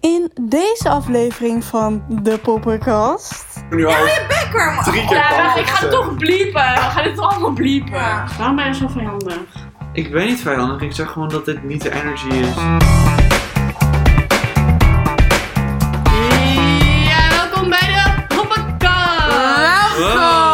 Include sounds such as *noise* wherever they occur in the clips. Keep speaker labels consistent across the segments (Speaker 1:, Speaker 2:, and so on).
Speaker 1: in deze aflevering van de Popperkast.
Speaker 2: Nu al drie keer
Speaker 3: Oh, Ja, wacht,
Speaker 2: panden.
Speaker 3: ik ga het toch bliepen. Eh, We gaan dit toch allemaal bliepen. Waarom ben je zo vijandig?
Speaker 2: Ik ben niet vijandig, ik zeg gewoon dat dit niet de energy is.
Speaker 3: Ja, welkom bij de Hoppenkast.
Speaker 2: Oh!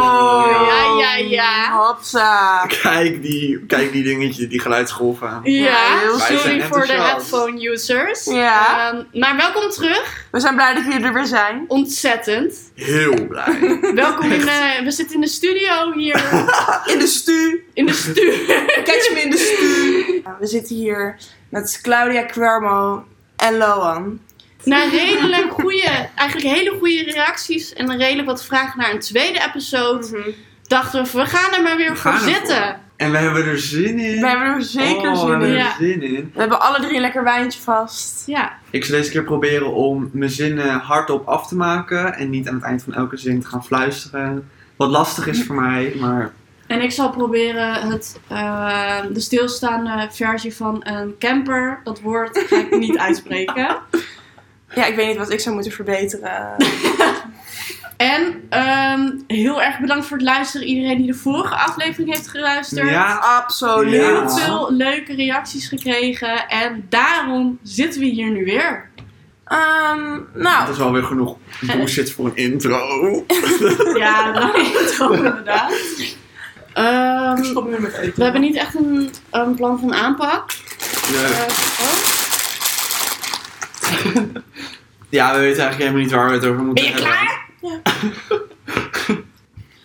Speaker 2: Wow.
Speaker 3: Ja, ja, ja.
Speaker 4: Hopsa.
Speaker 2: Ah, Kijk die, kijk die dingetje, die geluidsgolven aan.
Speaker 3: Ja,
Speaker 4: Wij
Speaker 2: zijn
Speaker 3: sorry voor de
Speaker 2: enthousiast.
Speaker 3: headphone users.
Speaker 4: Ja.
Speaker 3: Ehm, maar welkom terug.
Speaker 4: We zijn blij dat jullie er weer zijn.
Speaker 3: Ontzettend.
Speaker 2: Heel blij.
Speaker 3: Welkom in, eh, we zitten in de studio hier.
Speaker 4: In de stu.
Speaker 3: In de studio.
Speaker 4: Catch me in de stu. We zitten hier met Claudia Cuermo en Loan.
Speaker 3: Na redelijk goede, eigenlijk hele goede reacties en redelijk wat vragen naar een tweede episode, dachten we, we gaan er maar weer
Speaker 2: We
Speaker 3: voor
Speaker 2: gaan ervoor.
Speaker 3: zitten.
Speaker 2: En we hebben er zin in.
Speaker 4: We hebben er zeker
Speaker 2: oh, we
Speaker 4: zin
Speaker 2: hebben
Speaker 4: in.
Speaker 2: er
Speaker 3: Ja.
Speaker 2: zin in.
Speaker 4: We hebben alle drie een lekker wijntje vast.
Speaker 3: Ja,
Speaker 2: Ik zal deze keer proberen om mijn zinnen hardop af te maken. En niet aan het eind van elke zin te gaan fluisteren. Wat lastig is voor mij, maar
Speaker 3: en ik zal proberen het, eh, de stilstaande versie van een camper, dat woord ga ik niet uitspreken.
Speaker 4: Ja, ik weet niet wat ik zou moeten verbeteren.
Speaker 3: En ehm, heel erg bedankt voor het luisteren, iedereen die de vorige aflevering heeft geluisterd.
Speaker 2: ja.
Speaker 4: Absoluut.
Speaker 2: Ja.
Speaker 3: Oh, Heel veel leuke reacties gekregen en daarom zitten we hier nu weer.
Speaker 4: Ehm,
Speaker 2: Dat
Speaker 4: nou,
Speaker 2: is wel weer genoeg bullshit voor een intro.
Speaker 3: *laughs* Ja, dat is *laughs* ook inderdaad. Ehm, we hebben niet echt een, een plan van aanpak. Eh,
Speaker 2: Nee.
Speaker 3: oh.
Speaker 2: Ja, we weten eigenlijk helemaal niet waar we het over moeten
Speaker 3: Ben je
Speaker 2: hebben.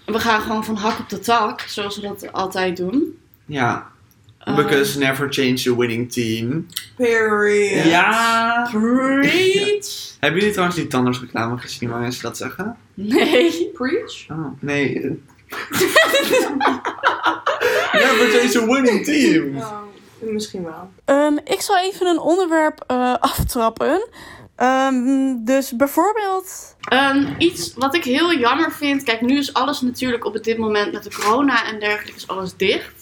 Speaker 3: We gaan gewoon van hak op de tak, zoals we dat altijd *laughs* doen.
Speaker 2: Ja, *laughs*
Speaker 3: Ehm,
Speaker 2: because never change the winning team.
Speaker 4: period.
Speaker 2: Ja!
Speaker 3: Preach!
Speaker 2: Hebben jullie trouwens die tandartsreclame gezien waar mensen dat zeggen?
Speaker 3: Nee.
Speaker 4: Preach.
Speaker 2: Oh, nee.
Speaker 3: *laughs*
Speaker 2: eh. never change the winning team!
Speaker 4: Nou, misschien wel.
Speaker 1: Ehm, ik zal even een onderwerp eh, aftrappen. Ehm, dus bijvoorbeeld.
Speaker 3: Ehm, iets wat ik heel jammer vind. Kijk, nu is alles natuurlijk op dit moment met de corona en dergelijke is alles dicht.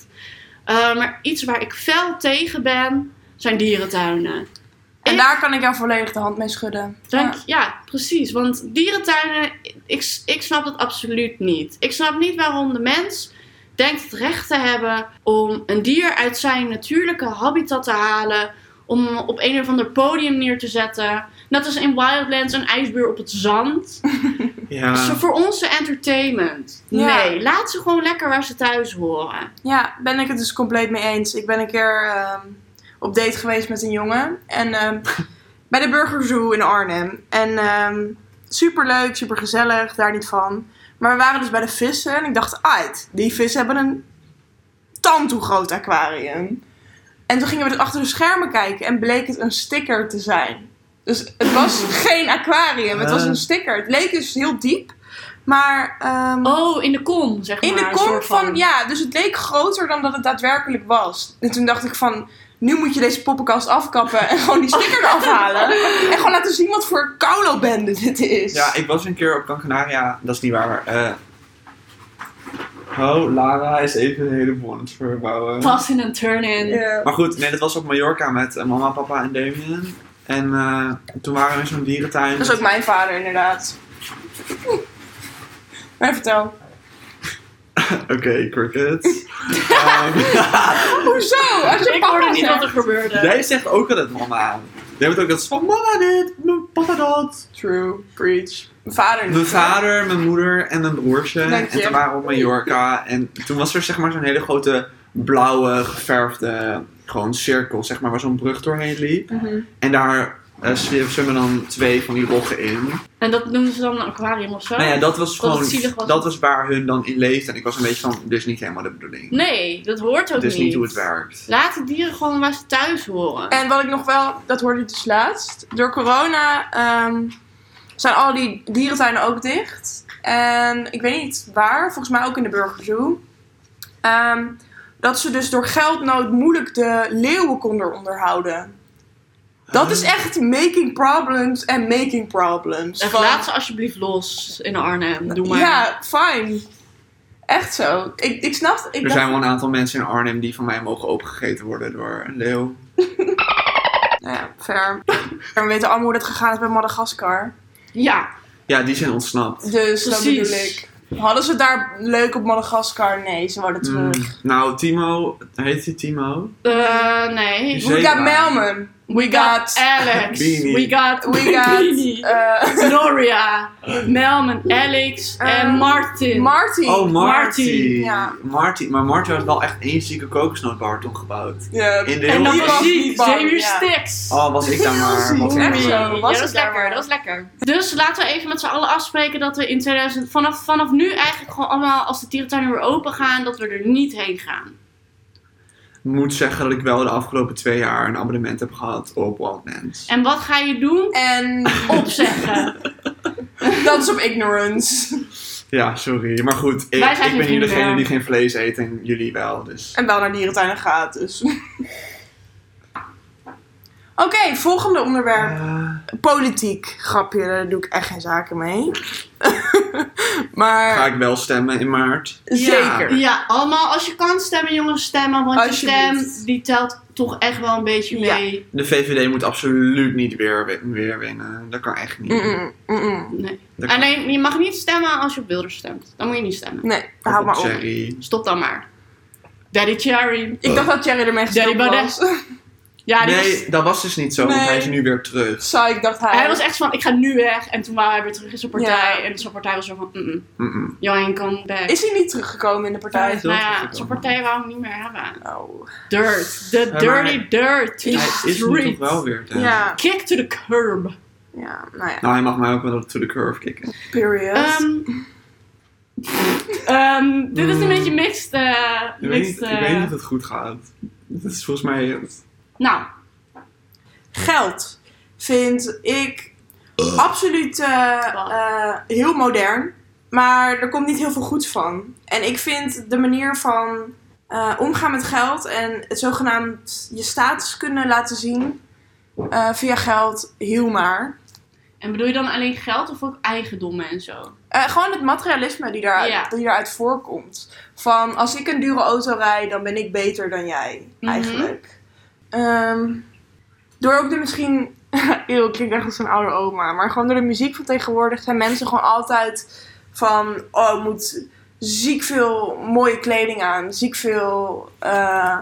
Speaker 3: Ehm, maar iets waar ik fel tegen ben, zijn dierentuinen.
Speaker 4: En
Speaker 3: Ik-
Speaker 4: daar kan ik jou volledig de hand mee schudden.
Speaker 3: Dank, ja. precies. Want dierentuinen, ik, ik snap dat absoluut niet. Ik snap niet waarom de mens denkt het recht te hebben om een dier uit zijn natuurlijke habitat te halen. Om hem op een of ander podium neer te zetten. Net als in Wildlands een ijsbeer op het zand. Zo
Speaker 2: Ja,
Speaker 3: voor onze entertainment.
Speaker 4: Ja.
Speaker 3: Nee, laat ze gewoon lekker waar ze thuis horen.
Speaker 4: Ja, ben ik het dus compleet mee eens. Ik ben een keer ehm, op date geweest met een jongen. En ehm, bij de Burger Zoo in Arnhem. En ehm superleuk, supergezellig, daar niet van. Maar we waren dus bij de vissen en ik dacht, uit, die vissen hebben een tand hoe groot aquarium. En toen gingen we dus achter de schermen kijken en bleek het een sticker te zijn. Dus het was geen aquarium, het was een sticker. Het leek dus heel diep, maar... ehm,
Speaker 3: Oh, in de kom, zeg maar.
Speaker 4: in de
Speaker 3: een
Speaker 4: kom
Speaker 3: soort
Speaker 4: van, ja, dus het leek groter dan dat het daadwerkelijk was. En toen dacht ik van, nu moet je deze poppenkast afkappen en gewoon die sticker eraf halen. En gewoon laten zien wat voor bende dit is.
Speaker 2: ja, ik was een keer op Gran Canaria. Dat is niet waar. eh. Oh, Lara is even een heleboel aan het verbouwen.
Speaker 3: Pas in een turn-in.
Speaker 4: Ja.
Speaker 2: Maar goed, nee, dat was op Mallorca met eh, mama, papa en Damien. En eh, toen waren we in zo'n dierentuin.
Speaker 4: Dat is ook mijn vader, inderdaad. Maar vertel.
Speaker 2: *laughs* Oké, cricket. Ehm, *laughs*
Speaker 4: Hoezo? Als je
Speaker 3: Ik
Speaker 4: papa
Speaker 3: hoorde niet
Speaker 4: zegt.
Speaker 3: wat er gebeurde.
Speaker 2: jij zegt ook altijd mama. Jij hebt ook dat van mama dit, m- papa dat.
Speaker 4: True, preach. Mijn vader niet.
Speaker 2: Mijn vader, mijn moeder en mijn broertje.
Speaker 4: Dank
Speaker 2: En
Speaker 4: je.
Speaker 2: toen waren we op Mallorca. En toen was er zeg maar zo'n hele grote blauwe geverfde gewoon cirkel, zeg maar, waar zo'n brug doorheen liep.
Speaker 4: Mhm.
Speaker 2: En daar eh, zwemmen dan twee van die roggen in.
Speaker 3: En dat noemden ze dan een aquarium of zo?
Speaker 2: Nou ja, dat was
Speaker 3: Dat het
Speaker 2: gewoon.
Speaker 3: zielig was.
Speaker 2: Dat was waar hun dan in leefde. En ik was een beetje van. Dit is niet helemaal de bedoeling.
Speaker 3: Nee, dat hoort ook
Speaker 2: Dit is
Speaker 3: niet.
Speaker 2: niet hoe het werkt.
Speaker 3: Laat de dieren gewoon waar ze thuis horen.
Speaker 4: En wat ik nog wel, dat hoorde ik dus laatst. Door corona ehm, zijn al die dierentuinen ook dicht. En ik weet niet waar, volgens mij ook in de Burger Zoo. Ehm, dat ze dus door geldnood moeilijk de leeuwen konden onderhouden. Dat is echt making problems en making problems.
Speaker 3: Echt,
Speaker 4: Van-
Speaker 3: laat ze alsjeblieft los in Arnhem. Doe maar.
Speaker 4: Ja, fine. Echt zo. Ik, ik snap ik
Speaker 2: Er
Speaker 4: dacht-
Speaker 2: zijn wel een aantal mensen in Arnhem die van mij mogen opgegeten worden door een leeuw.
Speaker 4: Nou ja, ver. Maar *laughs* we weten allemaal hoe dat gegaan is bij Madagaskar.
Speaker 3: Ja,
Speaker 2: Ja, die zijn ontsnapt.
Speaker 4: Dus dat
Speaker 3: Precies.
Speaker 4: bedoel ik. Hadden ze het daar leuk op Madagaskar? Nee, ze worden terug.
Speaker 2: Mm, nou, Timo, heet hij Timo?
Speaker 3: Eh, nee.
Speaker 2: Die
Speaker 3: We
Speaker 2: zee-
Speaker 4: We got
Speaker 2: Zeker.
Speaker 4: Melman. We got...
Speaker 3: Alex.
Speaker 2: Dus Beanie.
Speaker 3: We got, *laughs*
Speaker 4: We got...
Speaker 3: Beanie.
Speaker 4: eh,
Speaker 2: *laughs*
Speaker 3: Gloria, Melman, Alex en
Speaker 4: Eh, *laughs*
Speaker 3: Martin.
Speaker 4: Marty.
Speaker 2: Oh, Marty.
Speaker 3: Marty,
Speaker 4: ja.
Speaker 2: Marty. Maar Marty had wel echt één zieke kokosnootbarton gebouwd.
Speaker 4: Ja.
Speaker 2: In de
Speaker 3: en dan
Speaker 4: Die was
Speaker 2: hele...
Speaker 4: niet
Speaker 3: muziek,
Speaker 4: bang,
Speaker 3: Xavier
Speaker 4: ja.
Speaker 3: Sticks.
Speaker 2: Oh, was ik daar maar. Wat
Speaker 4: Echt
Speaker 2: ik
Speaker 4: zo.
Speaker 2: daar maar.
Speaker 4: was
Speaker 3: ja, dat
Speaker 4: het
Speaker 3: is
Speaker 4: daar
Speaker 3: lekker,
Speaker 4: maar.
Speaker 3: dat is lekker. Dus laten we even met z'n allen afspreken dat we in 2000, vanaf, vanaf nu eigenlijk gewoon allemaal, als de dierentuinen weer open gaan, dat we er niet heen gaan.
Speaker 2: Ik moet zeggen dat ik wel de afgelopen twee jaar een abonnement heb gehad op Wildlands.
Speaker 3: En wat ga je doen? *laughs*
Speaker 4: En
Speaker 3: Opzeggen.
Speaker 4: dat is op ignorance.
Speaker 2: Ja, sorry. Maar goed, ik,
Speaker 3: Wij zijn
Speaker 2: ik ben hier
Speaker 3: geen
Speaker 2: degene
Speaker 3: vrienden.
Speaker 2: die geen vlees eet en jullie wel. Dus
Speaker 4: En wel naar dierentuinen gaat, dus. *laughs* Oké, volgende onderwerp.
Speaker 2: Eh,
Speaker 4: Politiek. Grapje, daar doe ik echt geen zaken mee. *laughs* maar
Speaker 2: ga ik wel stemmen in maart.
Speaker 4: zeker.
Speaker 3: Ja, allemaal als je kan stemmen, jongens, stemmen. Want je
Speaker 4: Alsjeblieft.
Speaker 3: stem die telt toch echt wel een beetje
Speaker 4: Ja.
Speaker 3: mee.
Speaker 2: De VVD moet absoluut niet weer, win- weer winnen. Dat kan echt niet.
Speaker 4: Mm-mm, mm-mm.
Speaker 3: Nee.
Speaker 2: Dat kan-
Speaker 3: Alleen, je mag niet stemmen als je op Wilders stemt. Dan moet je niet stemmen.
Speaker 4: Nee,
Speaker 2: Of
Speaker 4: hou
Speaker 2: op
Speaker 4: maar op.
Speaker 2: Cherry.
Speaker 3: Stop dan maar. Daddy Cherry.
Speaker 4: Ik dacht dat Jerry ermee gestopt
Speaker 3: Jerry Baudet.
Speaker 4: was. *laughs*
Speaker 3: Ja, die was-
Speaker 2: Nee, dat was dus niet zo, want
Speaker 4: Nee.
Speaker 2: hij is nu weer terug.
Speaker 4: Saai, ik dacht hij.
Speaker 3: Hij was echt van, ik ga nu weg. En toen wou hij weer terug in zijn partij.
Speaker 4: Ja.
Speaker 3: En zijn partij was zo van, mm
Speaker 2: Mm-mm.
Speaker 3: Johan, come back.
Speaker 4: Is hij niet teruggekomen in de partij?
Speaker 2: is wel
Speaker 3: nou ja,
Speaker 2: teruggekomen.
Speaker 3: zijn partij wou hem niet meer hebben.
Speaker 4: Oh.
Speaker 3: Dirt. The
Speaker 2: maar-
Speaker 3: dirty dirt. to the
Speaker 2: Hij is nu toch
Speaker 3: street.
Speaker 2: wel weer. te-
Speaker 4: Ja.
Speaker 3: Kick to the curb.
Speaker 4: Ja, nou ja.
Speaker 2: Nou, hij mag mij ook wel to the curve kicken.
Speaker 4: Period.
Speaker 3: Ehm, *laughs* ehm, dit is een
Speaker 2: Mm.
Speaker 3: beetje mixed. eh,
Speaker 2: Ik weet,
Speaker 3: mixed
Speaker 2: niet, ik
Speaker 3: eh,
Speaker 2: weet niet of het goed gaat. Dat is volgens mij het.
Speaker 3: Nou,
Speaker 4: Geld vind ik absoluut eh, eh, heel modern. Maar er komt niet heel veel goeds van. En ik vind de manier van eh, omgaan met geld en het zogenaamd je status kunnen laten zien eh, via geld heel maar.
Speaker 3: en bedoel je dan alleen geld of ook eigendommen en zo?
Speaker 4: Eh, gewoon het materialisme die, daar,
Speaker 3: Ja.
Speaker 4: die daaruit voorkomt. Van als ik een dure auto rijd, dan ben ik beter dan jij,
Speaker 3: Mhm.
Speaker 4: eigenlijk. Ehm, door ook de misschien. *laughs* Eeuw, ik klink echt als een oude oma. Maar gewoon door de muziek van tegenwoordig zijn mensen gewoon altijd van. Oh, ik moet ziek veel mooie kleding aan, ziek veel eh,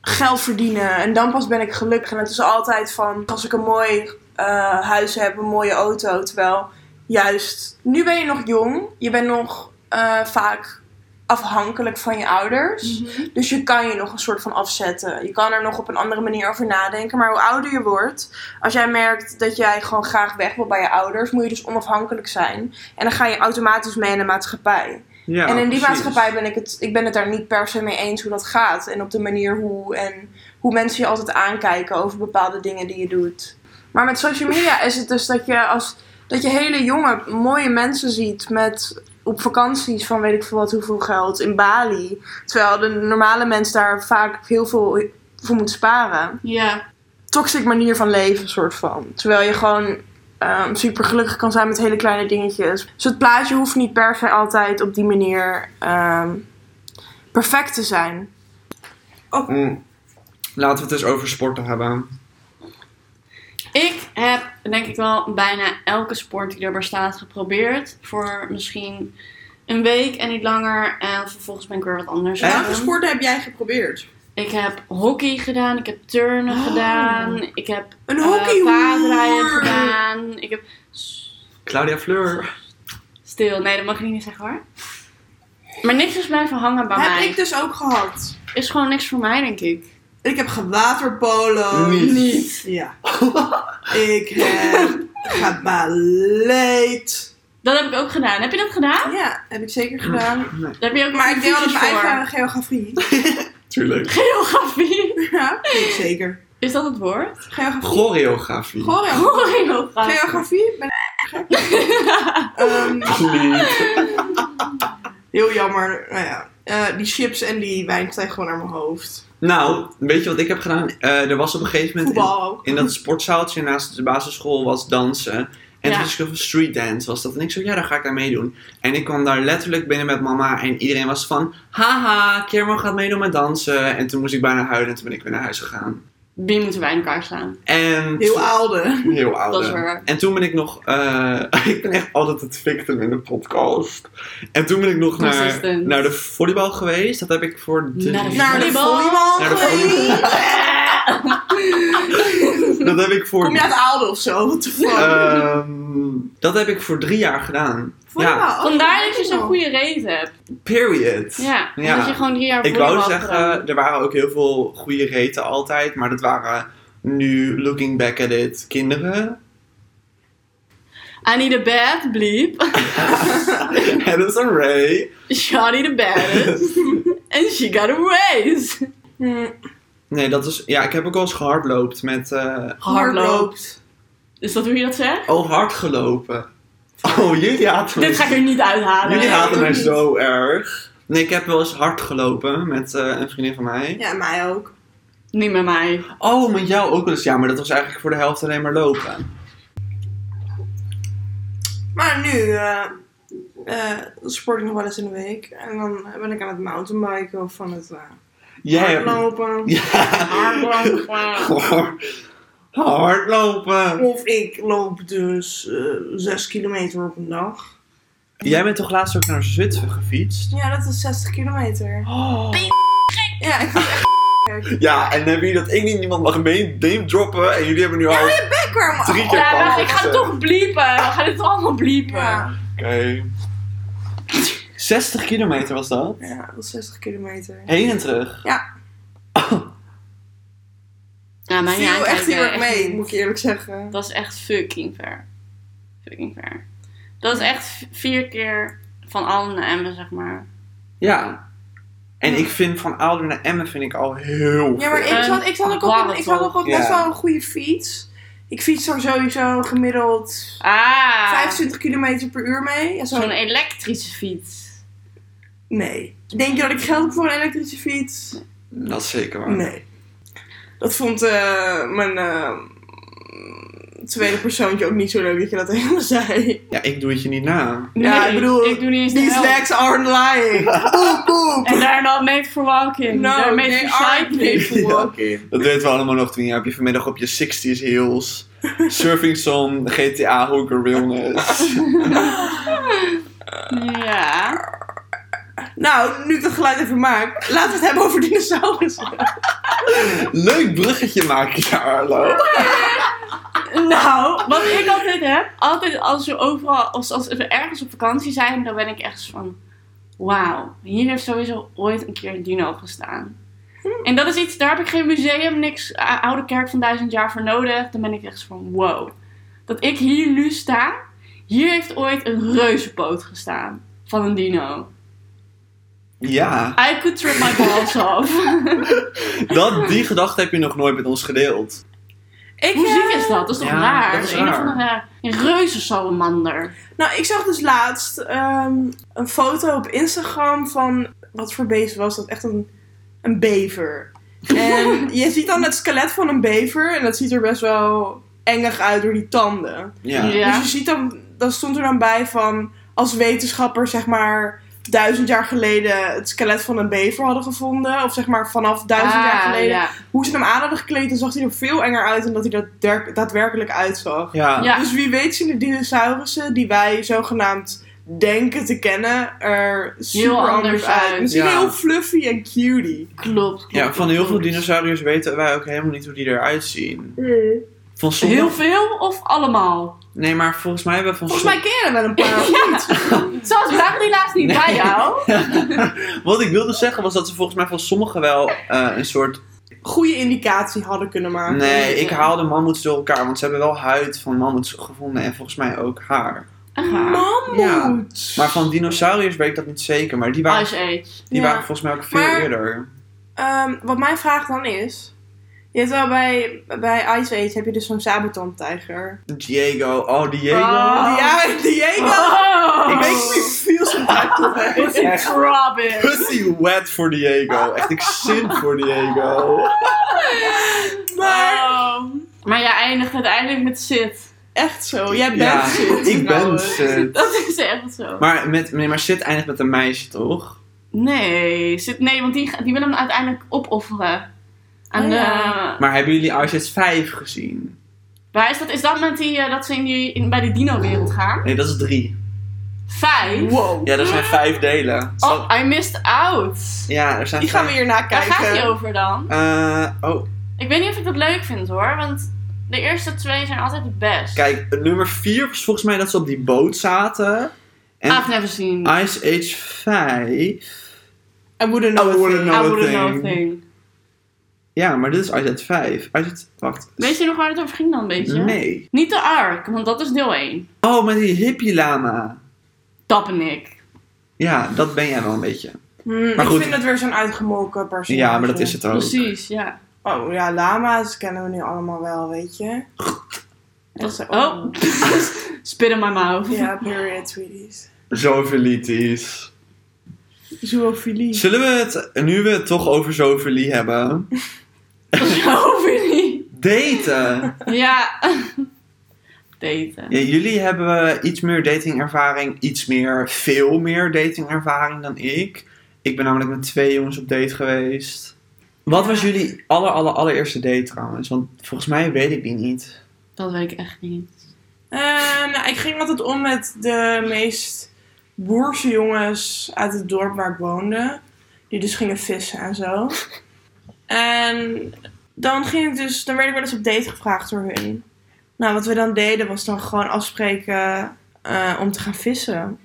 Speaker 4: geld verdienen. En dan pas ben ik gelukkig. En het is altijd van als ik een mooi eh, huis heb, een mooie auto. Terwijl juist, nu ben je nog jong. Je bent nog eh, vaak afhankelijk van je ouders. Dus je kan je nog een soort van afzetten. Je kan er nog op een andere manier over nadenken. Maar hoe ouder je wordt, als jij merkt dat jij gewoon graag weg wil bij je ouders, moet je dus onafhankelijk zijn. En dan ga je automatisch mee in de maatschappij.
Speaker 2: Ja,
Speaker 4: en in die
Speaker 2: precies.
Speaker 4: maatschappij ben ik het, ik ben het daar niet per se mee eens hoe dat gaat. En op de manier hoe en hoe mensen je altijd aankijken over bepaalde dingen die je doet. Maar met social media is het dus dat je als dat je hele jonge, mooie mensen ziet met op vakanties van weet ik veel wat hoeveel geld in Bali. Terwijl de normale mens daar vaak heel veel voor moet sparen.
Speaker 3: Ja.
Speaker 4: Toxic manier van leven, soort van. Terwijl je gewoon super gelukkig kan zijn met hele kleine dingetjes. Dus het plaatje hoeft niet per se altijd op die manier ehm, perfect te zijn.
Speaker 2: Mm. Laten we het eens over sporten hebben.
Speaker 3: Ik heb denk ik wel bijna elke sport die er bestaat geprobeerd. Voor misschien een week en niet langer. En vervolgens ben ik weer wat anders
Speaker 2: Elke
Speaker 3: gaan
Speaker 5: Ehm.
Speaker 2: Welke
Speaker 3: doen.
Speaker 4: heb jij geprobeerd?
Speaker 3: Ik heb hockey gedaan. Ik heb turnen
Speaker 4: Oh.
Speaker 3: gedaan. Ik heb
Speaker 4: Een
Speaker 3: eh,
Speaker 4: hockeyhoer!
Speaker 3: paardrijden gedaan. Ik heb...
Speaker 2: Claudia Fleur.
Speaker 3: Stil. Nee, dat mag ik niet zeggen hoor. Maar niks is blijven hangen bij mij.
Speaker 4: Heb ik dus ook gehad.
Speaker 3: Is gewoon niks voor mij, denk ik.
Speaker 4: Ik heb gewaterpolo.
Speaker 2: Niet.
Speaker 3: Niet.
Speaker 4: Ja. ik heb geballet.
Speaker 3: Dat heb ik ook gedaan. Heb je dat gedaan?
Speaker 4: Ja, heb ik zeker gedaan.
Speaker 2: Nee,
Speaker 3: Daar heb je ook
Speaker 5: Maar ik deel dat op
Speaker 3: fietsjes
Speaker 5: mijn
Speaker 3: voor.
Speaker 5: eigen geografie.
Speaker 2: *laughs*
Speaker 4: *laughs*
Speaker 2: tuurlijk.
Speaker 3: Geografie.
Speaker 5: Ja, weet ik zeker.
Speaker 3: Is dat het woord?
Speaker 4: *laughs*
Speaker 5: Geografie.
Speaker 2: Choreografie.
Speaker 5: *laughs* Choreo.
Speaker 3: Choreografie.
Speaker 5: Geografie? Ben ik gek?
Speaker 3: *laughs*
Speaker 5: Ehm,
Speaker 2: Niet.
Speaker 5: heel jammer. Nou ja. Eh, die chips en die wijn stijgen gewoon naar mijn hoofd.
Speaker 2: Nou, weet je wat ik heb gedaan? Eh, er was op een gegeven moment in-
Speaker 5: Voetbal ook.
Speaker 2: in dat sportzaaltje naast de basisschool was dansen. En
Speaker 3: Ja.
Speaker 2: toen was ik van street dance was dat. En ik zo, ja, daar ga ik aan meedoen. En ik kwam daar letterlijk binnen met mama. En iedereen was van, haha, Kermo gaat meedoen met dansen. En toen moest ik bijna huilen. En toen ben ik weer naar huis gegaan.
Speaker 3: Die moeten wij in elkaar slaan.
Speaker 2: En
Speaker 4: Heel oude.
Speaker 2: Heel oude.
Speaker 3: Dat is waar.
Speaker 2: En toen ben ik nog... eh, *laughs* ik ben echt altijd het victim in de podcast. En toen ben ik nog naar,
Speaker 3: Consistent.
Speaker 2: naar de volleybal geweest. Dat heb ik voor drie...
Speaker 3: Naar de
Speaker 4: Naar de
Speaker 3: Volleybal.
Speaker 4: volleybal
Speaker 2: Naar de
Speaker 4: geweest.
Speaker 2: Dat heb ik voor...
Speaker 4: Kom je uit Aalden of zo? What the fuck?
Speaker 2: Eh, Ehm, dat heb ik voor drie jaar gedaan.
Speaker 4: Volleybal.
Speaker 2: Ja,
Speaker 4: Oh,
Speaker 3: Vandaar dat je
Speaker 4: volleybal.
Speaker 3: zo'n goede rate hebt.
Speaker 2: period.
Speaker 3: Ja,
Speaker 2: Ja.
Speaker 3: omdat je gewoon drie jaar
Speaker 2: Ik wou
Speaker 3: volleybal hebt gedaan.
Speaker 2: zeggen, er waren ook heel veel goede reten altijd. Maar dat waren nu, looking back at it, kinderen. *laughs*
Speaker 3: I need a bad, bleep. *laughs*
Speaker 2: en dat is een Ray.
Speaker 3: Shawty the baddest. And she got a raise. Hmm,
Speaker 4: Hm,
Speaker 2: Nee, dat is... Ja, ik heb ook wel eens gehardloopt met... eh,
Speaker 3: Hardloop. Is Dus dat hoe je dat zegt?
Speaker 2: oh, hard gelopen. Oh, jullie haten me
Speaker 3: Dit ga ik er niet uithalen.
Speaker 2: Jullie
Speaker 4: Nee,
Speaker 2: haten
Speaker 4: ook
Speaker 2: mij
Speaker 4: niet.
Speaker 2: zo erg. Nee, ik heb wel eens hard gelopen met eh, een vriendin van mij.
Speaker 4: Ja, mij ook.
Speaker 3: Niet met mij.
Speaker 2: Oh, met jou ook wel eens. Ja, maar dat was eigenlijk voor de helft alleen maar lopen.
Speaker 4: Maar nu eh, eh, sport ik nog wel eens in de week. En dan ben ik aan het mountainbiken of van het eh,
Speaker 2: Jij hebt... *laughs*
Speaker 4: hardlopen.
Speaker 2: Ja. Hardlopen.
Speaker 4: Of ik loop dus eh, zes kilometer op een dag.
Speaker 2: Jij bent toch laatst ook naar Zutphen gefietst?
Speaker 4: Ja, dat is 60 kilometer.
Speaker 2: Oh.
Speaker 4: Ja, ik vind het echt
Speaker 2: Ja, en hebben jullie dat ik niet iemand mag name droppen? En jullie hebben nu
Speaker 4: Oh.
Speaker 2: al
Speaker 4: lekker, man.
Speaker 2: drie keer
Speaker 3: Ja, wacht,
Speaker 2: fout
Speaker 3: ik ga
Speaker 2: gezegd.
Speaker 3: het toch bliepen. We gaan dit allemaal bliepen.
Speaker 4: Ja,
Speaker 2: Oké. 60 kilometer was dat?
Speaker 4: ja, dat is 60 kilometer.
Speaker 2: Heen en terug. *laughs*
Speaker 3: Ja, maar
Speaker 4: viel echt heel erg mee, moet ik eerlijk zeggen.
Speaker 3: Dat is echt fucking ver. Fucking ver. Dat is echt v- vier keer van Allen naar Emmen, zeg maar.
Speaker 2: Ja. En ik vind van Aalden naar Emmen vind ik al heel
Speaker 4: Ja, maar
Speaker 2: veel.
Speaker 3: Eh,
Speaker 4: ik zat, ik zat ook op, ik zat ook op best
Speaker 2: Ja.
Speaker 4: wel een goede fiets. Ik fiets zo sowieso gemiddeld
Speaker 3: Ah,
Speaker 4: 25 kilometer per uur mee. Ja, zo.
Speaker 3: zo'n elektrische fiets.
Speaker 4: Nee. Denk je dat ik geld heb voor een elektrische fiets?
Speaker 2: Dat is zeker waar.
Speaker 4: Nee. Dat vond eh, mijn eh, tweede persoontje ook niet zo leuk dat je dat tegen me *laughs* zei.
Speaker 2: Ja, ik doe het je niet na.
Speaker 4: Ja, ik bedoel,
Speaker 3: ik doe niet eens de
Speaker 4: These
Speaker 3: helft.
Speaker 4: legs aren't lying. *laughs* Boep, boep.
Speaker 3: En daar dan made for walking.
Speaker 4: No,
Speaker 3: daar made
Speaker 4: they
Speaker 3: for
Speaker 4: aren't
Speaker 2: *laughs*
Speaker 4: made
Speaker 3: cycling.
Speaker 4: for walking.
Speaker 2: Dat weten we allemaal nog toen je op je vanmiddag op je 60s
Speaker 4: *laughs*
Speaker 2: heels. Surfing Song, GTA Hooker Realness.
Speaker 4: *laughs*
Speaker 3: Ja.
Speaker 4: Nou, nu ik dat geluid even maak, laten we het hebben over dinosaurussen.
Speaker 2: Leuk bruggetje maak je, *laughs* Arlo.
Speaker 3: Nou, wat ik altijd heb, altijd als we overal, als, als we ergens op vakantie zijn, dan ben ik echt zo van, wauw, hier heeft sowieso ooit een keer een dino gestaan.
Speaker 4: Hm.
Speaker 3: En dat is iets, daar heb ik geen museum, niks, eh, oude kerk van duizend jaar voor nodig. Dan ben ik echt zo van, wow. Dat ik hier nu sta, hier heeft ooit een reuzenpoot gestaan van een dino.
Speaker 2: Ja,
Speaker 3: I could trip my balls off.
Speaker 4: *laughs*
Speaker 2: dat, die gedachte heb je nog nooit met ons gedeeld.
Speaker 4: Ik,
Speaker 3: Hoe ziek
Speaker 4: eh,
Speaker 3: is dat? Dat is toch
Speaker 2: Ja,
Speaker 3: raar?
Speaker 2: dat is
Speaker 3: Een of
Speaker 2: raar.
Speaker 3: andere een reuzensalamander.
Speaker 4: Nou, ik zag dus laatst ehm, een foto op Instagram van. Wat voor beest was dat? Echt een, een bever. *laughs* En je ziet dan het skelet van een bever en dat ziet er best wel engig uit door die tanden.
Speaker 2: Ja.
Speaker 3: Ja.
Speaker 4: Dus je ziet dan, dan stond er dan bij van. Als wetenschappers zeg maar duizend jaar geleden het skelet van een bever hadden gevonden. Of zeg maar vanaf duizend jaar
Speaker 3: Ah,
Speaker 4: geleden.
Speaker 3: ja.
Speaker 4: Hoe ze hem aan hadden gekleed, dan zag hij er veel enger uit dan dat hij dat der- daadwerkelijk uitzag.
Speaker 2: Ja.
Speaker 3: Ja.
Speaker 4: Dus wie weet zien de dinosaurussen die wij zogenaamd denken te kennen er super
Speaker 3: Heel anders
Speaker 4: anders, uit.
Speaker 3: uit.
Speaker 4: Misschien
Speaker 2: Ja.
Speaker 4: heel fluffy en cutie.
Speaker 3: Klopt. klopt,
Speaker 2: Ja, van heel
Speaker 3: klopt.
Speaker 2: veel dinosauriërs weten wij ook helemaal niet hoe die eruit zien.
Speaker 3: Mm.
Speaker 2: Van sommige...
Speaker 3: Heel veel of allemaal?
Speaker 2: Nee, maar volgens mij hebben we van
Speaker 4: Volgens mij ken je er wel een
Speaker 2: *laughs*
Speaker 4: paar.
Speaker 3: Ja. Zoals we lagen die laatst niet bij
Speaker 2: Nee.
Speaker 3: jou.
Speaker 2: *laughs* Wat ik wilde zeggen was dat ze volgens mij van sommigen wel eh, een soort...
Speaker 4: Goede indicatie hadden kunnen maken.
Speaker 2: Nee, ik haalde mammoets door elkaar. Want ze hebben wel huid van mammoets gevonden en volgens mij ook haar.
Speaker 4: Mammoet!
Speaker 2: Ja. Maar van dinosauriërs weet ik dat niet zeker. Maar die waren,
Speaker 3: Ice Age.
Speaker 2: die
Speaker 4: Ja.
Speaker 2: waren volgens mij ook veel
Speaker 4: Maar-
Speaker 2: eerder.
Speaker 4: Ehm, wat mijn vraag dan is... Je hebt wel bij, bij Ice Age heb je dus zo'n sabeltandtijger.
Speaker 2: Diego, oh Diego.
Speaker 3: Oh.
Speaker 4: Ja, Diego!
Speaker 3: Oh.
Speaker 4: Ik weet niet hoeveel ze
Speaker 3: It's a Robin.
Speaker 2: Pussy wet voor Diego. Echt, ik zin voor Diego.
Speaker 4: Maar
Speaker 3: Oh. Maar jij eindigt uiteindelijk met Sid.
Speaker 4: echt zo, jij bent
Speaker 2: Ja,
Speaker 4: shit,
Speaker 2: ik ben
Speaker 4: trouwens.
Speaker 2: ze.
Speaker 3: Dat is echt zo.
Speaker 2: Maar, met, nee, maar Sid eindigt met een meisje, toch?
Speaker 3: Nee, Sid, nee want die, ga- die willen hem uiteindelijk opofferen. En,
Speaker 1: Oh ja.
Speaker 3: eh,
Speaker 2: Maar hebben jullie Auschwitz 5 gezien?
Speaker 3: waar is dat? Is dat met die, eh, dat ze in die, in, bij de dino-wereld gaan?
Speaker 2: Nee, dat is 3.
Speaker 3: Vijf?
Speaker 4: Wow.
Speaker 2: Ja, er zijn 5 delen.
Speaker 3: Oh, I missed out.
Speaker 2: Ja, er zijn
Speaker 4: Die gaan we
Speaker 2: vijf-
Speaker 4: hierna
Speaker 3: Waar
Speaker 4: kijken.
Speaker 3: gaat die over dan?
Speaker 2: Eh, oh,
Speaker 3: Ik weet niet of ik dat leuk vind hoor, want de eerste twee zijn altijd het best.
Speaker 2: kijk, nummer 4 was volgens mij dat ze op die boot zaten. En
Speaker 3: I've never seen.
Speaker 2: Ice Age 5.
Speaker 4: I wouldn't
Speaker 2: I
Speaker 4: know. a
Speaker 2: wouldn't
Speaker 4: thing.
Speaker 2: know.
Speaker 3: I
Speaker 2: another
Speaker 3: wouldn't know a
Speaker 2: thing.
Speaker 3: thing.
Speaker 2: Ja, maar dit is Ice Age 5. Ice Age... Wacht.
Speaker 3: Weet je nog waar het over ging dan een beetje?
Speaker 2: Nee.
Speaker 3: Niet de Ark, want dat is deel 1.
Speaker 2: Oh, met die hippie lama.
Speaker 3: Dat ben
Speaker 2: Oh,
Speaker 3: ik.
Speaker 2: Ja, dat ben jij wel een beetje.
Speaker 4: Hmm,
Speaker 2: Maar goed.
Speaker 4: Ik vind het weer zo'n uitgemolken personage.
Speaker 2: Ja, maar dat is het ook.
Speaker 3: Precies, ja.
Speaker 4: Oh ja, lama's kennen we nu allemaal wel, weet
Speaker 2: *laughs*
Speaker 4: je.
Speaker 3: Dat is,
Speaker 4: Echt
Speaker 3: oh, spit in my mouth. *laughs*
Speaker 4: Ja, period, sweeties.
Speaker 2: Zovelietisch.
Speaker 4: Zoofilie.
Speaker 2: Zullen we het, nu we het toch over zovelie hebben,
Speaker 3: Zo vind ik.
Speaker 2: daten?
Speaker 3: Ja. *laughs* Daten.
Speaker 2: Ja, jullie hebben iets meer datingervaring, iets meer, veel meer datingervaring dan ik. Ik ben namelijk met twee jongens op date geweest. Wat was jullie aller, aller, allereerste date trouwens? Want volgens mij weet ik die niet.
Speaker 3: Dat weet ik echt niet.
Speaker 4: Eh, nou, ik ging altijd om met de meest boerse jongens uit het dorp waar ik woonde. Die dus gingen vissen en zo. En dan ging ik dus, dan werd ik wel eens op date gevraagd door hun. Nou, wat we dan deden was dan gewoon afspreken eh, om te gaan vissen.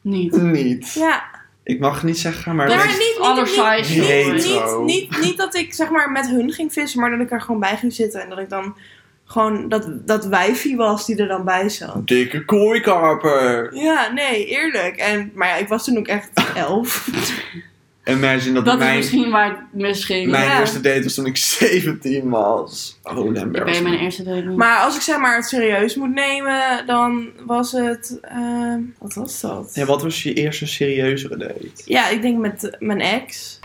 Speaker 3: Niet.
Speaker 2: Niet.
Speaker 4: Ja,
Speaker 2: Ik mag het niet zeggen, maar...
Speaker 3: Daar
Speaker 4: maar
Speaker 2: dat-
Speaker 4: niet- niet-
Speaker 3: Allerseis
Speaker 2: niet-
Speaker 4: niet,
Speaker 2: Retro.
Speaker 4: niet, niet, niet dat ik zeg maar met hun ging vissen, maar dat ik er gewoon bij ging zitten. En dat ik dan gewoon dat, dat wijfie was die er dan bij zat.
Speaker 2: Dikke kooikarper.
Speaker 4: Ja, nee, eerlijk. En, maar ja, ik was toen ook echt elf. *laughs*
Speaker 2: Imagine dat,
Speaker 3: Dat is
Speaker 2: mijn,
Speaker 3: misschien waar het misging.
Speaker 2: mijn
Speaker 4: Ja.
Speaker 2: eerste date was toen ik *laughs* 17 was. Oh, dan
Speaker 3: Ik weet mijn eerste date niet.
Speaker 4: maar als ik zeg maar het serieus moet nemen, dan was het... ehm, wat was dat?
Speaker 2: Ja, wat was je eerste serieuzere
Speaker 4: *laughs*
Speaker 2: date?
Speaker 4: Ja, ik denk met eh, mijn ex.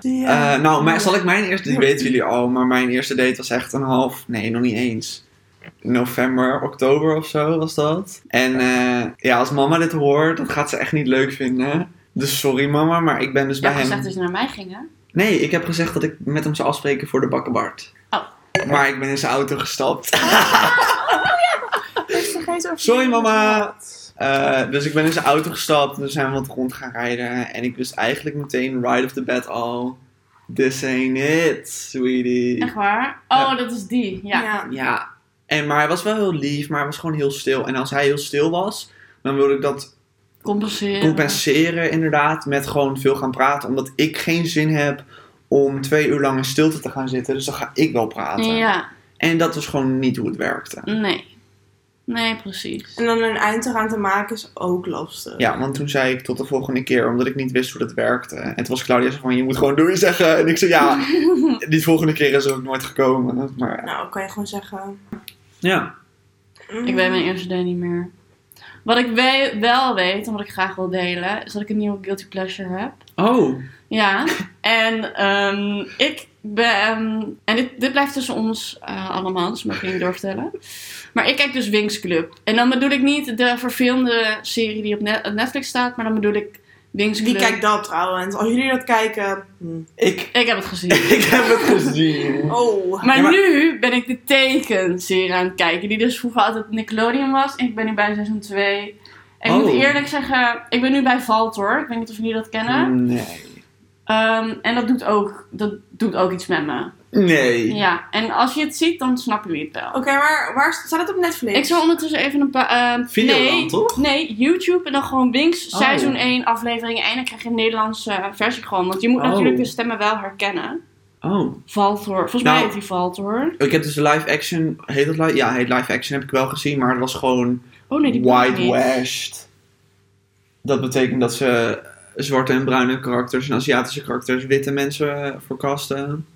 Speaker 4: Ja.
Speaker 2: Eh, nou, maar, zal ik mijn eerste, die weten jullie al, maar mijn eerste date was echt een half, nee, nog niet eens. November, oktober of zo was dat. En eh, ja, als mama dit hoort, dat gaat ze echt niet leuk vinden. Dus sorry mama, maar ik ben dus
Speaker 3: Je hebt
Speaker 2: bij hem.
Speaker 3: gezegd dat je naar mij ging, hè?
Speaker 2: Nee, ik heb gezegd dat ik met hem zou afspreken voor de bakkenbart.
Speaker 3: Oh.
Speaker 2: Maar ik ben in zijn auto gestapt. *laughs*
Speaker 4: Ik vergeet ook-
Speaker 2: Sorry, mama. Eh, dus ik ben in zijn auto gestapt en we zijn wat rond gaan rijden. En ik wist eigenlijk meteen right off the bat al, this ain't it, sweetie.
Speaker 3: Echt waar? Oh,
Speaker 2: Ja.
Speaker 3: dat is die. Ja.
Speaker 4: Ja.
Speaker 2: Ja, en, maar hij was wel heel lief, maar hij was gewoon heel stil. En als hij heel stil was, dan wilde ik dat
Speaker 3: Compenseren.
Speaker 2: compenseren inderdaad met gewoon veel gaan praten. Omdat ik geen zin heb om twee uur lang in stilte te gaan zitten. Dus dan ga ik wel praten.
Speaker 3: Ja.
Speaker 2: En dat was gewoon niet hoe het werkte.
Speaker 3: Nee. Nee, precies.
Speaker 4: En dan een eind eraan te maken is ook lastig.
Speaker 2: Ja, want toen zei ik tot de volgende keer, omdat ik niet wist hoe dat werkte. En toen was Claudia zo van, je moet gewoon doei zeggen. En ik zei,
Speaker 3: *laughs*
Speaker 2: ja, die volgende keer is er ook nooit gekomen. Maar
Speaker 4: Nou, kan je gewoon zeggen... Mm,
Speaker 2: ja.
Speaker 3: Ik weet mijn eerste date niet meer. Wat ik we- wel weet, en wat ik graag wil delen, is dat ik een nieuwe guilty pleasure heb.
Speaker 2: Oh,
Speaker 3: Ja. en ehm, ik ben... En dit, dit blijft tussen ons eh, allemaal, dus mag ik je niet doorvertellen. Maar ik kijk dus Winx Club. En dan bedoel ik niet de verfilmde serie die op Net- op Netflix staat, maar dan bedoel ik Winx Club.
Speaker 4: Wie kijkt dat trouwens? Als jullie dat kijken... hm.
Speaker 2: ik, *laughs*
Speaker 3: Ik heb het gezien.
Speaker 2: ik heb het gezien.
Speaker 4: Oh.
Speaker 3: Maar,
Speaker 2: Ja, maar-
Speaker 3: nu ben ik de tekenserie aan het kijken, die dus vroeger altijd Nickelodeon was. En ik ben nu bij seizoen 2. Ik moet
Speaker 2: Oh.
Speaker 3: eerlijk zeggen, ik ben nu bij Valtor. Ik weet niet of jullie dat kennen.
Speaker 2: Hmm. Nee.
Speaker 3: Ehm, en dat doet, ook, dat doet ook iets met me.
Speaker 2: Nee.
Speaker 3: Ja, en als je het ziet, dan snappen jullie het wel.
Speaker 4: Oké, maar waar staat het op Netflix?
Speaker 3: Ik zal ondertussen even een paar... ehm,
Speaker 2: Videoland,
Speaker 3: nee,
Speaker 2: toch?
Speaker 3: Nee, YouTube en dan gewoon Winx,
Speaker 2: Oh.
Speaker 3: seizoen 1, aflevering 1. En dan krijg je een Nederlandse eh, versie gewoon. Want je moet
Speaker 2: Oh.
Speaker 3: natuurlijk de stemmen wel herkennen.
Speaker 2: Oh.
Speaker 3: Valtor, volgens mij
Speaker 2: Nou.
Speaker 3: heet die Valtor.
Speaker 2: Ik heb dus de live action, heet dat live? Ja, heet live action heb ik wel gezien, maar het was gewoon
Speaker 3: Oh nee, die ken ik
Speaker 2: white
Speaker 3: niet.
Speaker 2: washed. Dat betekent dat ze zwarte en bruine karakters en Aziatische karakters witte mensen eh, voorkasten.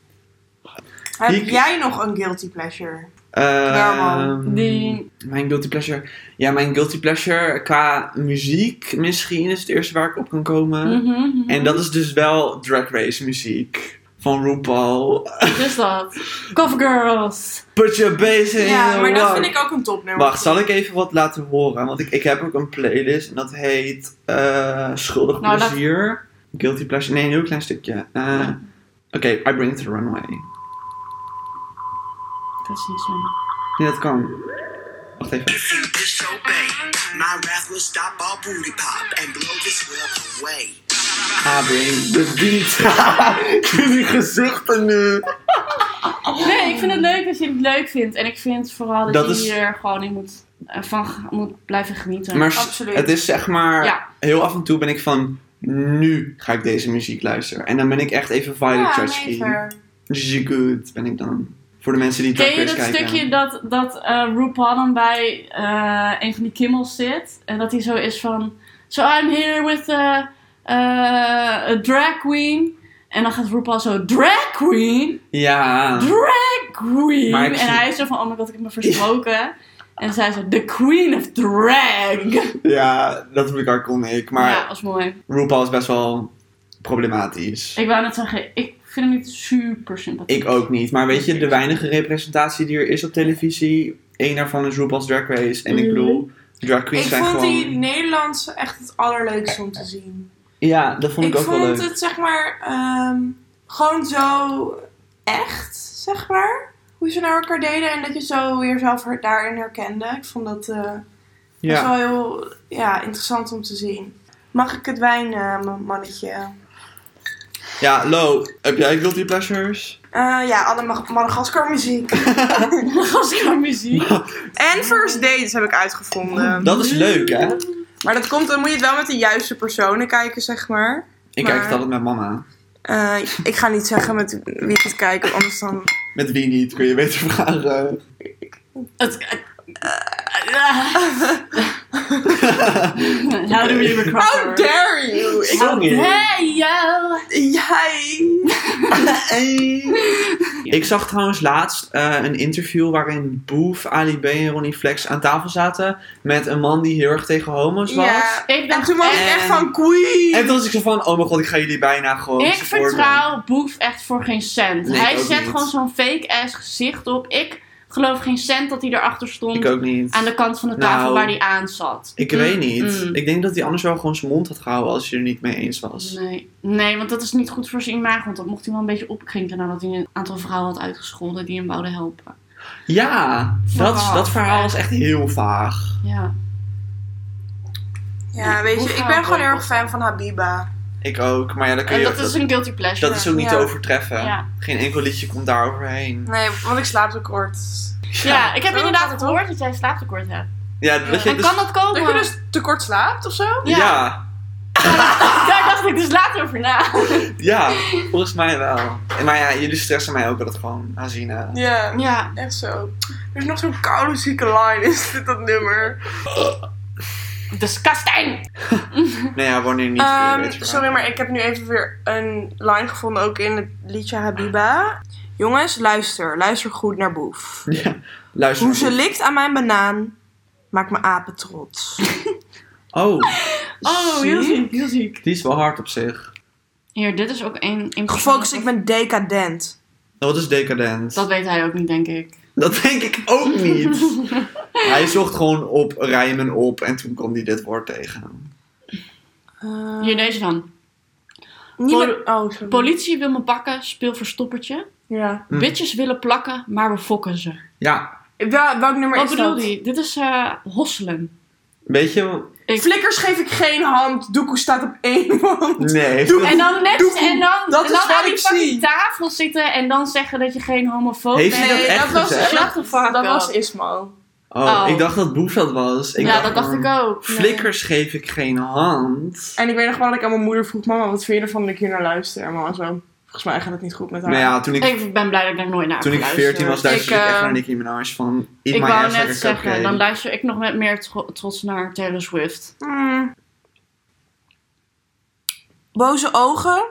Speaker 4: Heb
Speaker 2: Die-
Speaker 4: jij nog een guilty pleasure?
Speaker 2: Ehm,
Speaker 4: man.
Speaker 3: Die...
Speaker 2: Mijn guilty pleasure. Ja, mijn guilty pleasure qua muziek misschien is het eerste waar ik op kan komen.
Speaker 3: Mhm, mhm.
Speaker 2: En dat is dus wel drag race muziek van RuPaul.
Speaker 3: Dus dat. Cover Girls.
Speaker 2: Put your bass in
Speaker 4: Ja,
Speaker 2: the
Speaker 4: maar dat
Speaker 2: rock.
Speaker 4: vind ik ook een topnummer.
Speaker 2: Eh, nou, Wacht, zal ik even wat laten horen? Want ik, ik heb ook een playlist en dat heet eh Schuldig
Speaker 3: Nou, laat-
Speaker 2: Plezier. Guilty pleasure. Nee, een heel klein stukje. Eh, Oké, I bring it to the runway.
Speaker 1: Precies, ja.
Speaker 2: Nee, dat kan. Wacht even.
Speaker 6: If you disobey, my wrath will stop all booty pop and blow this world away.
Speaker 2: I bring the beat. *laughs* Jullie gezichten nu.
Speaker 3: Nee, ik vind het leuk dat je het leuk vindt. En ik vind vooral dat,
Speaker 2: Dat
Speaker 3: je
Speaker 2: is-
Speaker 3: hier gewoon in moet, eh, van g- moet blijven genieten.
Speaker 2: Maar s-
Speaker 4: Absoluut.
Speaker 2: het is zeg maar...
Speaker 3: Ja.
Speaker 2: Heel af en toe ben ik van... Nu ga ik deze muziek luisteren. En dan ben ik echt even Violet
Speaker 4: Ja, nee,
Speaker 2: Chachki.
Speaker 4: ver.
Speaker 2: Good ben ik dan. Voor de mensen die Drag
Speaker 3: Ken je
Speaker 2: Race
Speaker 3: dat
Speaker 2: kijken.
Speaker 3: stukje dat, dat eh RuPaul dan bij eh, een van die kimmels zit? En dat hij zo is van... So I'm here with a, eh, a drag queen. En dan gaat RuPaul zo... Drag queen?
Speaker 2: Ja.
Speaker 3: Drag queen?
Speaker 2: Maar ik
Speaker 3: En
Speaker 2: zie-
Speaker 3: hij is zo van... Oh my god, ik heb me versproken. En zij zo... The queen of drag.
Speaker 2: Ja, dat vond ik haar kon ik. Maar
Speaker 3: Ja, was mooi.
Speaker 2: RuPaul is best wel problematisch.
Speaker 3: Ik wou net zeggen... Ik vind hem niet super sympathiek.
Speaker 2: Ik ook niet. Maar weet je, de weinige representatie die er is op televisie... één daarvan is RuPaul's Drag Race. En ik bedoel, drag
Speaker 4: Mhm. Ik
Speaker 2: queens zijn
Speaker 4: vond
Speaker 2: gewoon...
Speaker 4: die Nederlandse echt het allerleukste om te zien.
Speaker 2: Ja, dat vond ik,
Speaker 4: ik
Speaker 2: ook wel
Speaker 4: vond
Speaker 2: leuk.
Speaker 4: het zeg maar ehm, gewoon zo echt, zeg maar. Hoe ze naar elkaar deden en dat je zo jezelf her- daarin herkende. Ik vond dat eh, best
Speaker 2: Ja.
Speaker 4: wel heel ja, interessant om te zien. Mag ik het wijn, eh, m- mannetje?
Speaker 2: ja, Lo, heb jij guilty
Speaker 4: *laughs*
Speaker 2: pleasures?
Speaker 4: Eh, ja, alle Mag-
Speaker 2: *laughs*
Speaker 4: Madagaskar muziek.
Speaker 3: *laughs* Als ik aan muziek...
Speaker 4: en first dates heb ik uitgevonden.
Speaker 2: Dat is leuk, hè?
Speaker 4: Maar dat komt, dan moet je het wel met de juiste personen kijken, zeg maar.
Speaker 2: Ik kijk
Speaker 4: Maar-
Speaker 2: het altijd met mama.
Speaker 4: Eh, ik ga niet zeggen met wie ik het kijk, want anders *laughs* dan...
Speaker 2: Met wie niet, kun je beter vragen.
Speaker 3: Het, het- How do
Speaker 2: *laughs*
Speaker 3: we recover?
Speaker 4: How dare you! Ik-
Speaker 2: Sorry.
Speaker 3: Hey yo!
Speaker 4: jij...
Speaker 2: *laughs* Hey. Ik zag trouwens laatst eh, een interview waarin Boef, Ali B en Ronnie Flex aan tafel zaten met een man die heel erg tegen homo's was.
Speaker 4: Ja.
Speaker 3: Ik
Speaker 4: En
Speaker 3: dacht
Speaker 4: toen was ik
Speaker 2: En-
Speaker 4: echt van queen.
Speaker 2: En toen was ik zo van, oh mijn god, ik ga jullie bijna gewoon
Speaker 3: Ik
Speaker 2: supporten.
Speaker 3: vertrouw Boef echt voor geen cent.
Speaker 2: Nee, ik
Speaker 3: hij
Speaker 2: ook
Speaker 3: zet
Speaker 2: niet.
Speaker 3: gewoon zo'n fake ass gezicht op. Ik geloof geen cent dat hij erachter
Speaker 2: Ik
Speaker 3: stond
Speaker 2: ook niet.
Speaker 3: aan de kant van de tafel
Speaker 2: Nou,
Speaker 3: waar hij aan zat.
Speaker 2: Ik
Speaker 3: Mm,
Speaker 2: weet niet.
Speaker 3: mm.
Speaker 2: Ik denk dat hij anders wel gewoon zijn mond had gehouden als je er niet mee eens was.
Speaker 3: Nee. nee, want dat is niet goed voor zijn imago. Want dat mocht hij wel een beetje opkrinken nadat hij een aantal vrouwen had uitgescholden die hem wouden helpen.
Speaker 2: Ja, dat,
Speaker 3: Verhaal.
Speaker 2: dat verhaal is echt heel vaag.
Speaker 3: Ja.
Speaker 4: Ja, weet
Speaker 3: Hoe
Speaker 4: je, ik
Speaker 3: gaan
Speaker 4: ben
Speaker 3: we
Speaker 4: gewoon heel erg
Speaker 3: boycotten?
Speaker 4: fan van Habiba.
Speaker 2: Ik ook, maar ja, dat kun
Speaker 3: En
Speaker 2: je
Speaker 3: dat is een guilty pleasure.
Speaker 2: dat is ook niet
Speaker 4: Ja.
Speaker 2: te overtreffen.
Speaker 3: Ja.
Speaker 2: Geen enkel liedje komt daar overheen.
Speaker 4: Nee, want ik slaap tekort.
Speaker 3: Ja, ik heb
Speaker 4: Zo gaat
Speaker 3: inderdaad
Speaker 4: het
Speaker 3: gehoord dat jij slaaptekort hebt.
Speaker 2: Ja, dat je
Speaker 3: En
Speaker 2: dus...
Speaker 3: kan dat komen?
Speaker 4: Dat je
Speaker 3: *laughs*
Speaker 4: dus tekort slaapt of zo?
Speaker 2: Ja. ja,
Speaker 3: Daar dacht ik dus later over na.
Speaker 2: volgens mij wel. En- Maar ja, jullie stressen mij ook altijd gewoon, eh. Hazina.
Speaker 4: Ja,
Speaker 3: Ja.
Speaker 4: echt zo. Er is nog zo'n koude zieke line, is dit dat nummer?
Speaker 3: Disgusting!
Speaker 2: Nee, ja, wanneer niet. kun je
Speaker 4: Ehm,
Speaker 2: beter
Speaker 4: sorry, maar ik heb nu even weer een line gevonden, ook in het liedje Habiba. Jongens, luister. Luister goed naar Boef.
Speaker 2: Ja, luister.
Speaker 4: Hoe ze likt aan mijn banaan, maakt me apen trots.
Speaker 2: Oh,
Speaker 3: Oh, heel ziek, heel ziek.
Speaker 2: die is wel hard op zich.
Speaker 3: Hier, dit is ook één... één
Speaker 4: Gefocust, ik ben
Speaker 3: persoon-
Speaker 4: decadent.
Speaker 2: Dat is decadent.
Speaker 3: Dat weet hij ook niet, denk ik.
Speaker 2: Dat denk ik ook
Speaker 3: *laughs*
Speaker 2: niet. hij zocht gewoon op rijmen op en toen kwam hij dit woord tegen.
Speaker 4: Eh,
Speaker 3: Hier, deze dan.
Speaker 4: niemand... Oh, sorry.
Speaker 3: Politie wil me pakken, speel verstoppertje.
Speaker 4: Ja.
Speaker 2: Hm.
Speaker 3: Bitches willen plakken, maar we fokken ze.
Speaker 2: Ja,
Speaker 4: Wel, welk nummer
Speaker 3: Wat
Speaker 4: is
Speaker 3: bedoel
Speaker 4: dat?
Speaker 3: je? Dit is eh hosselen.
Speaker 2: weet je...
Speaker 4: Flikkers geef ik geen hand. Doekoe staat op één *laughs* hand.
Speaker 2: Nee.
Speaker 4: Doe-
Speaker 3: En dan net...
Speaker 4: Doe-
Speaker 3: en dan,
Speaker 4: dat
Speaker 3: en
Speaker 4: is
Speaker 3: dan
Speaker 4: wat
Speaker 3: aan die
Speaker 4: ik
Speaker 3: fucking
Speaker 4: zie.
Speaker 3: tafel zitten en dan zeggen dat je geen homofoob
Speaker 2: Heeft hij
Speaker 3: bent.
Speaker 2: dat echt gezegd?
Speaker 3: Shut the fuck
Speaker 4: dat
Speaker 3: up.
Speaker 4: was Ismo.
Speaker 2: Oh,
Speaker 3: Oh.
Speaker 2: ik dacht dat Boef dat was. Ik
Speaker 3: ja, dat dacht
Speaker 2: gewoon,
Speaker 3: ik ook. Nee.
Speaker 2: Flikkers geef ik geen hand.
Speaker 4: En ik weet nog wel dat ik aan mijn moeder vroeg: Mama, wat vind je ervan dat ik hier naar luister? En mama zo. Volgens mij gaat het niet goed met haar.
Speaker 2: Nou ja, toen ik,
Speaker 3: Ik ben blij dat ik daar nooit naar heb
Speaker 2: toen ik
Speaker 3: geluisterd.
Speaker 2: 14 was, luisterde ik,
Speaker 4: Ik,
Speaker 2: echt
Speaker 4: eh,
Speaker 2: naar Nicki Minaj van... Eat
Speaker 3: Ik
Speaker 2: my
Speaker 3: wou
Speaker 2: ass eh, like
Speaker 3: net
Speaker 2: a
Speaker 3: zeggen,
Speaker 2: cupcake.
Speaker 3: dan luister ik nog met meer tro- trots naar Taylor Swift.
Speaker 4: Mm. Boze ogen.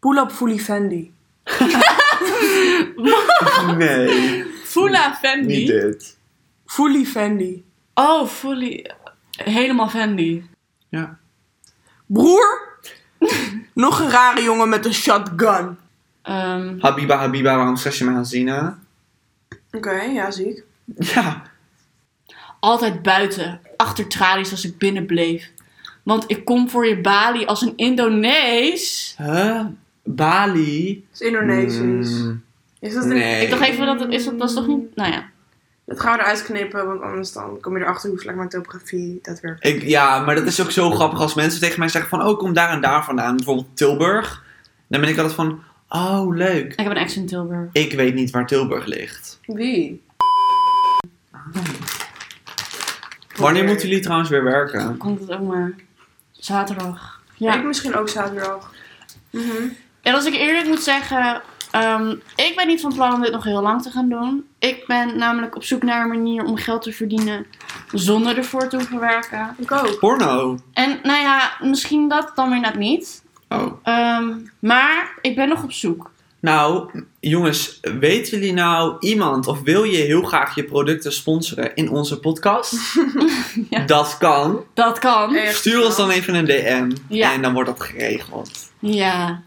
Speaker 4: Pull up fully Fendi. *laughs*
Speaker 2: Nee,
Speaker 3: Fula
Speaker 2: niet
Speaker 3: Fendi.
Speaker 2: dit.
Speaker 4: Fully Fendi.
Speaker 3: Oh, fully. Helemaal Fendi.
Speaker 2: Ja.
Speaker 4: Broer. nog een rare jongen met een shotgun.
Speaker 3: Ehm,
Speaker 2: Habiba, Habiba, waarom stress je me aan Zina?
Speaker 4: Oké, ja, zie ik.
Speaker 2: Ja,
Speaker 3: altijd buiten, achter tralies als ik binnen bleef. Want ik kom voor je Bali als een Indonees.
Speaker 2: Huh? Bali?
Speaker 4: Het is Indonesisch.
Speaker 2: Mm,
Speaker 4: Is dat
Speaker 2: nee.
Speaker 3: Ik dacht even, dat, is dat, dat is toch niet... Nou ja.
Speaker 4: Dat gaan we eruit knippen, want anders dan kom je erachter hoe slecht mijn topografie dat werkt.
Speaker 2: Ik, ja, maar dat is ook zo grappig als mensen tegen mij zeggen van... Oh, kom daar en daar vandaan. Bijvoorbeeld Tilburg. Dan ben ik altijd van... Oh, leuk.
Speaker 3: Ik heb een ex in Tilburg.
Speaker 2: Ik weet niet waar Tilburg ligt.
Speaker 4: Wie?
Speaker 2: Wanneer moeten jullie trouwens weer werken?
Speaker 3: Komt het ook maar. Zaterdag.
Speaker 4: Ja.
Speaker 3: Ja.
Speaker 4: Ik misschien ook zaterdag. Mhm.
Speaker 3: En als ik eerlijk moet zeggen, ehm, ik ben niet van plan om dit nog heel lang te gaan doen. Ik ben namelijk op zoek naar een manier om geld te verdienen zonder ervoor te hoeven werken.
Speaker 4: Ik ook.
Speaker 2: Porno.
Speaker 3: En nou ja, misschien dat dan weer net niet.
Speaker 2: Oh.
Speaker 3: Ehm, maar ik ben nog op zoek.
Speaker 2: Nou, jongens, weten jullie nou iemand of wil je heel graag je producten sponsoren in onze podcast?
Speaker 3: Ja.
Speaker 2: Dat kan.
Speaker 3: Dat kan.
Speaker 4: Echt
Speaker 2: Stuur ons dan even een DM
Speaker 3: Ja.
Speaker 2: en dan wordt dat geregeld.
Speaker 3: Ja.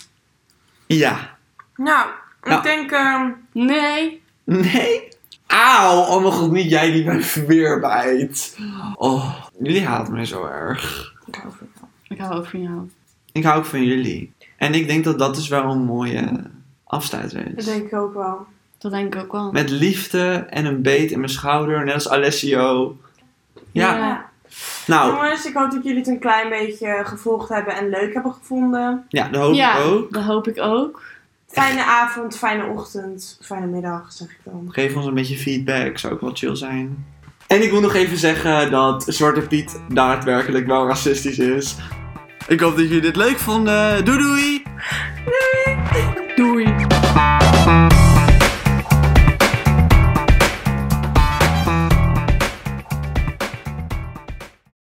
Speaker 2: Ja.
Speaker 4: Nou, ik
Speaker 2: Nou.
Speaker 4: denk... ehm,
Speaker 3: Nee.
Speaker 2: Nee? Auw, oh mijn god, niet jij die mij weer bijt. Oh, jullie haat mij zo erg.
Speaker 3: Ik hou ook van jou.
Speaker 2: Ik hou ook van jullie. En ik denk dat dat dus wel een mooie afsluiter
Speaker 4: dat
Speaker 2: is.
Speaker 4: denk ik ook wel.
Speaker 3: Dat denk ik ook wel.
Speaker 2: Met liefde en een beet in mijn schouder, net als Alessio. Ja, nou,
Speaker 4: Jongens, ik hoop dat jullie het een klein beetje gevolgd hebben en leuk hebben gevonden.
Speaker 2: ja, dat hoop
Speaker 3: ja,
Speaker 2: ik ook.
Speaker 3: dat hoop ik ook.
Speaker 4: Fijne avond, fijne ochtend, fijne middag, zeg ik dan.
Speaker 2: Geef ons een beetje feedback, zou ook wel chill zijn. En ik moet nog even zeggen dat Zwarte Piet daadwerkelijk wel racistisch is. Ik hoop dat jullie dit leuk vonden. Doei doei!